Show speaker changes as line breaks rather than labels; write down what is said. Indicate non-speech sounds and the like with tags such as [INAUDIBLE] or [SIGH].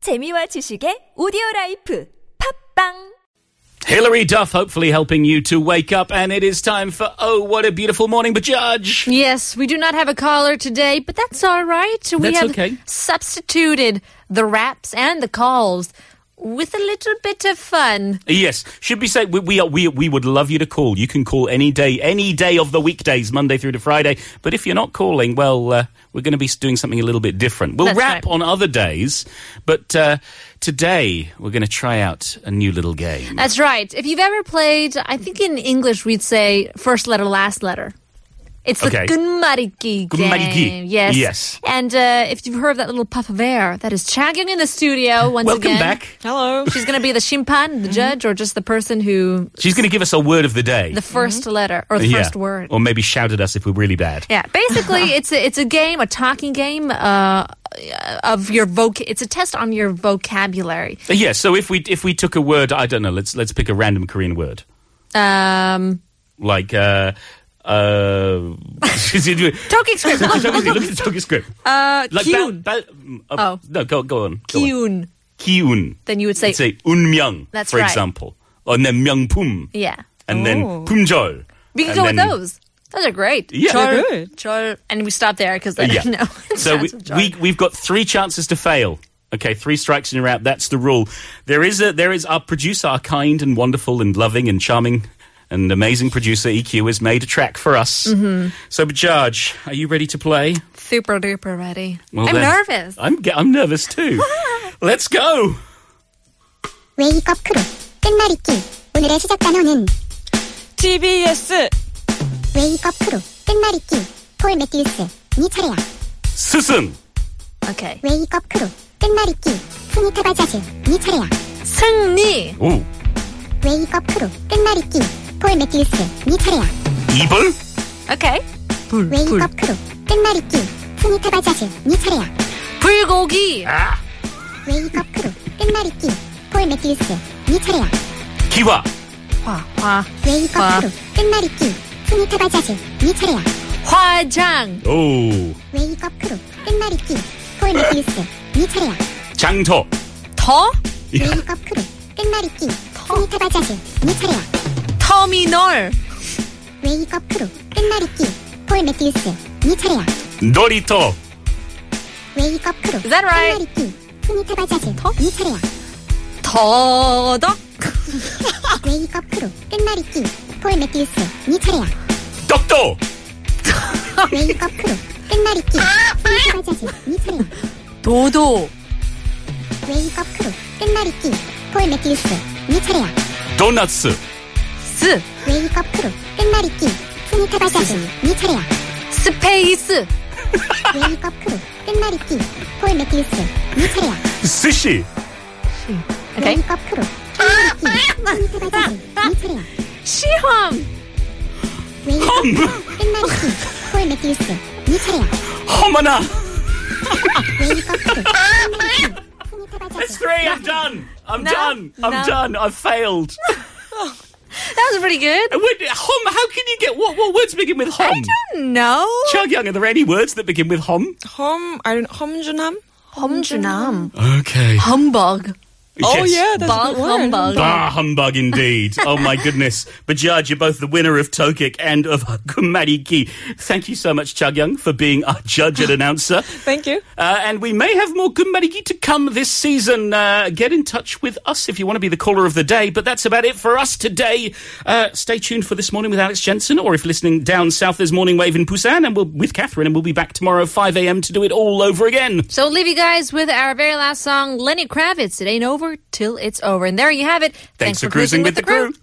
재미와 지식의 오디오 라이프 팝빵
Hilary Duff, hopefully helping you to wake up, and it is time for Oh, what a beautiful morning, but Judge.
Yes, we do not have a caller today, but that's all right. We
That's
have
okay.
substituted the raps and the calls with a little bit of fun.
Yes, should we say we we, are, we we would love you to call. You can call any day, any day of the weekdays, Monday through to Friday. But if you're not calling, well, uh, we're going to be doing something a little bit different. We'll
That's
rap
right.
on other days, but uh, today we're going to try out a new little game.
That's right. If you've ever played, I think in English we'd say first letter, last letter. It's the
Okay.
Gunmariki
Gunmariki.
game. Yes.
Yes.
And uh, if you've heard of that little puff of air, that is Chagyung in the studio once
Welcome
again.
back.
Hello. She's going to be the shimpan, the judge, or just the person who
She's going to give us a word of the day,
the 1st letter or the
Yeah.
first word.
or maybe shout at us if we're really bad. [LAUGHS]
Yeah, basically, it's a, it's a game, a talking game uh, of your voc. It's a test on your vocabulary.
Uh, Yeah. So if we if we took a word, I don't know. Let's let's pick a random Korean word.
Um,
like uh uh [LAUGHS]
talking script.
Look at the Tokyo script.
uh,
Like
kiun,
ba- ba- um, uh,
Oh.
No, go go on. go on.
kiun.
Kiun.
Then you would say-
You'd say unmyeong.
That's
for
right.
example, and then 명품.
Yeah,
And then 품절.
we can
And
go with
then-
those. Those are great.
Yeah. They're
Chol, chol, and we stop there because I
uh, Yeah.
[LAUGHS] don't know. It
so we,
starts with chol.
we we've got three chances to fail. Okay, three strikes and you're out. That's the rule. There is a there is our producer, our kind and wonderful and loving and charming and amazing producer EQ has made a track for us.
Mm-hmm.
So, Bajaj, are you ready to play?
super duper ready.
Well,
I'm
then-
nervous.
I'm ge- I'm nervous
[LAUGHS]
too. Let's go.
웨이크업 크루 끝말잇기 오늘의 시작 단어는
TBS
웨이크업 크루 끝말잇기 폴 매튜스 니 차례야
Susan,
Okay.
웨이크업 크루 끝말잇기 후니타바 자즈 니 차례야
승리.
ooh,
웨이크업 크루 끝말잇기 폴 매튜스 니 차례야
evil,
Okay.
웨이크업 크루 끝말잇기 후니타바 자즈 니 차례야
불고기.
웨이크업 크루 끝말잇기 폴 매튜스 니 차례야
Kiwa,
화, 화, 와.
웨이크업 크루 끝말잇기 후니타바 자즈 니 차례야
화장.
oh,
웨이크업 크루 끝말잇기 폴 매튜스 니 차례야
Changto, [LAUGHS]
더.
웨이크업 크루 끝말잇기 후니타바 자즈 니 차례야
터미널.
웨이크업 크루 끝말잇기 폴 매튜스 니 차례야
Dorito,
웨이크업 크루
Is that right?
끝말잇기 후니타바 자즈 니 차례야
더덕.
웨이크업 크루 끝말잇기 폴 매튜스 니 차례야
Doctor,
웨이크업 크루 끝말잇기 후니타바 자즈 니 차례야
도도.
웨이크업 크루 끝말잇기 폴 매튜스 니 차례야
Donuts,
스.
웨이크업 크루 끝말잇기 후니타바 자즈 니 차례야
스페이스.
웨이크업 크루 끝말잇기 폴 매튜스 니 차례야
Sushi,
오케이.
웨이크업 크루 끝말잇기 후니타바 자즈 니 차례야
시험.
웨이크업 끝말잇기 폴 매튜스 니 차례야
Homana.
웨이크업 크루 끝말잇기 후니타바
That's
자즈
three. I'm done. I'm
No,
done. I'm
no.
done. I've
[LAUGHS]
failed.
That was pretty good.
And what- hom. How can you get what? What words begin with hom?
No.
Chagyang, are there any words that begin with hom?
험 I don't 험준함.
험준함.
Okay.
Humbug.
Oh yeah, that's a
Bug
good word.
humbug.
Bah Ah, humbug indeed. oh my goodness. Bajaj, you're both the winner of Tokik and of Kumariki. Thank you so much, Chagyang, for being our judge and announcer.
Thank you.
Uh, and we may have more Kumariki to come this season. Uh, get in touch with us if you want to be the caller of the day. But that's about it for us today. Uh, stay tuned for This Morning with Alex Jensen, or if listening down south, there's Morning Wave in Busan and we'll, with Catherine, and we'll be back tomorrow 5 a.m. to do it all over again.
So we'll leave you guys with our very last song, Lenny Kravitz. It ain't over till it's over. And there you have it.
Thanks, for cruising, with, the crew.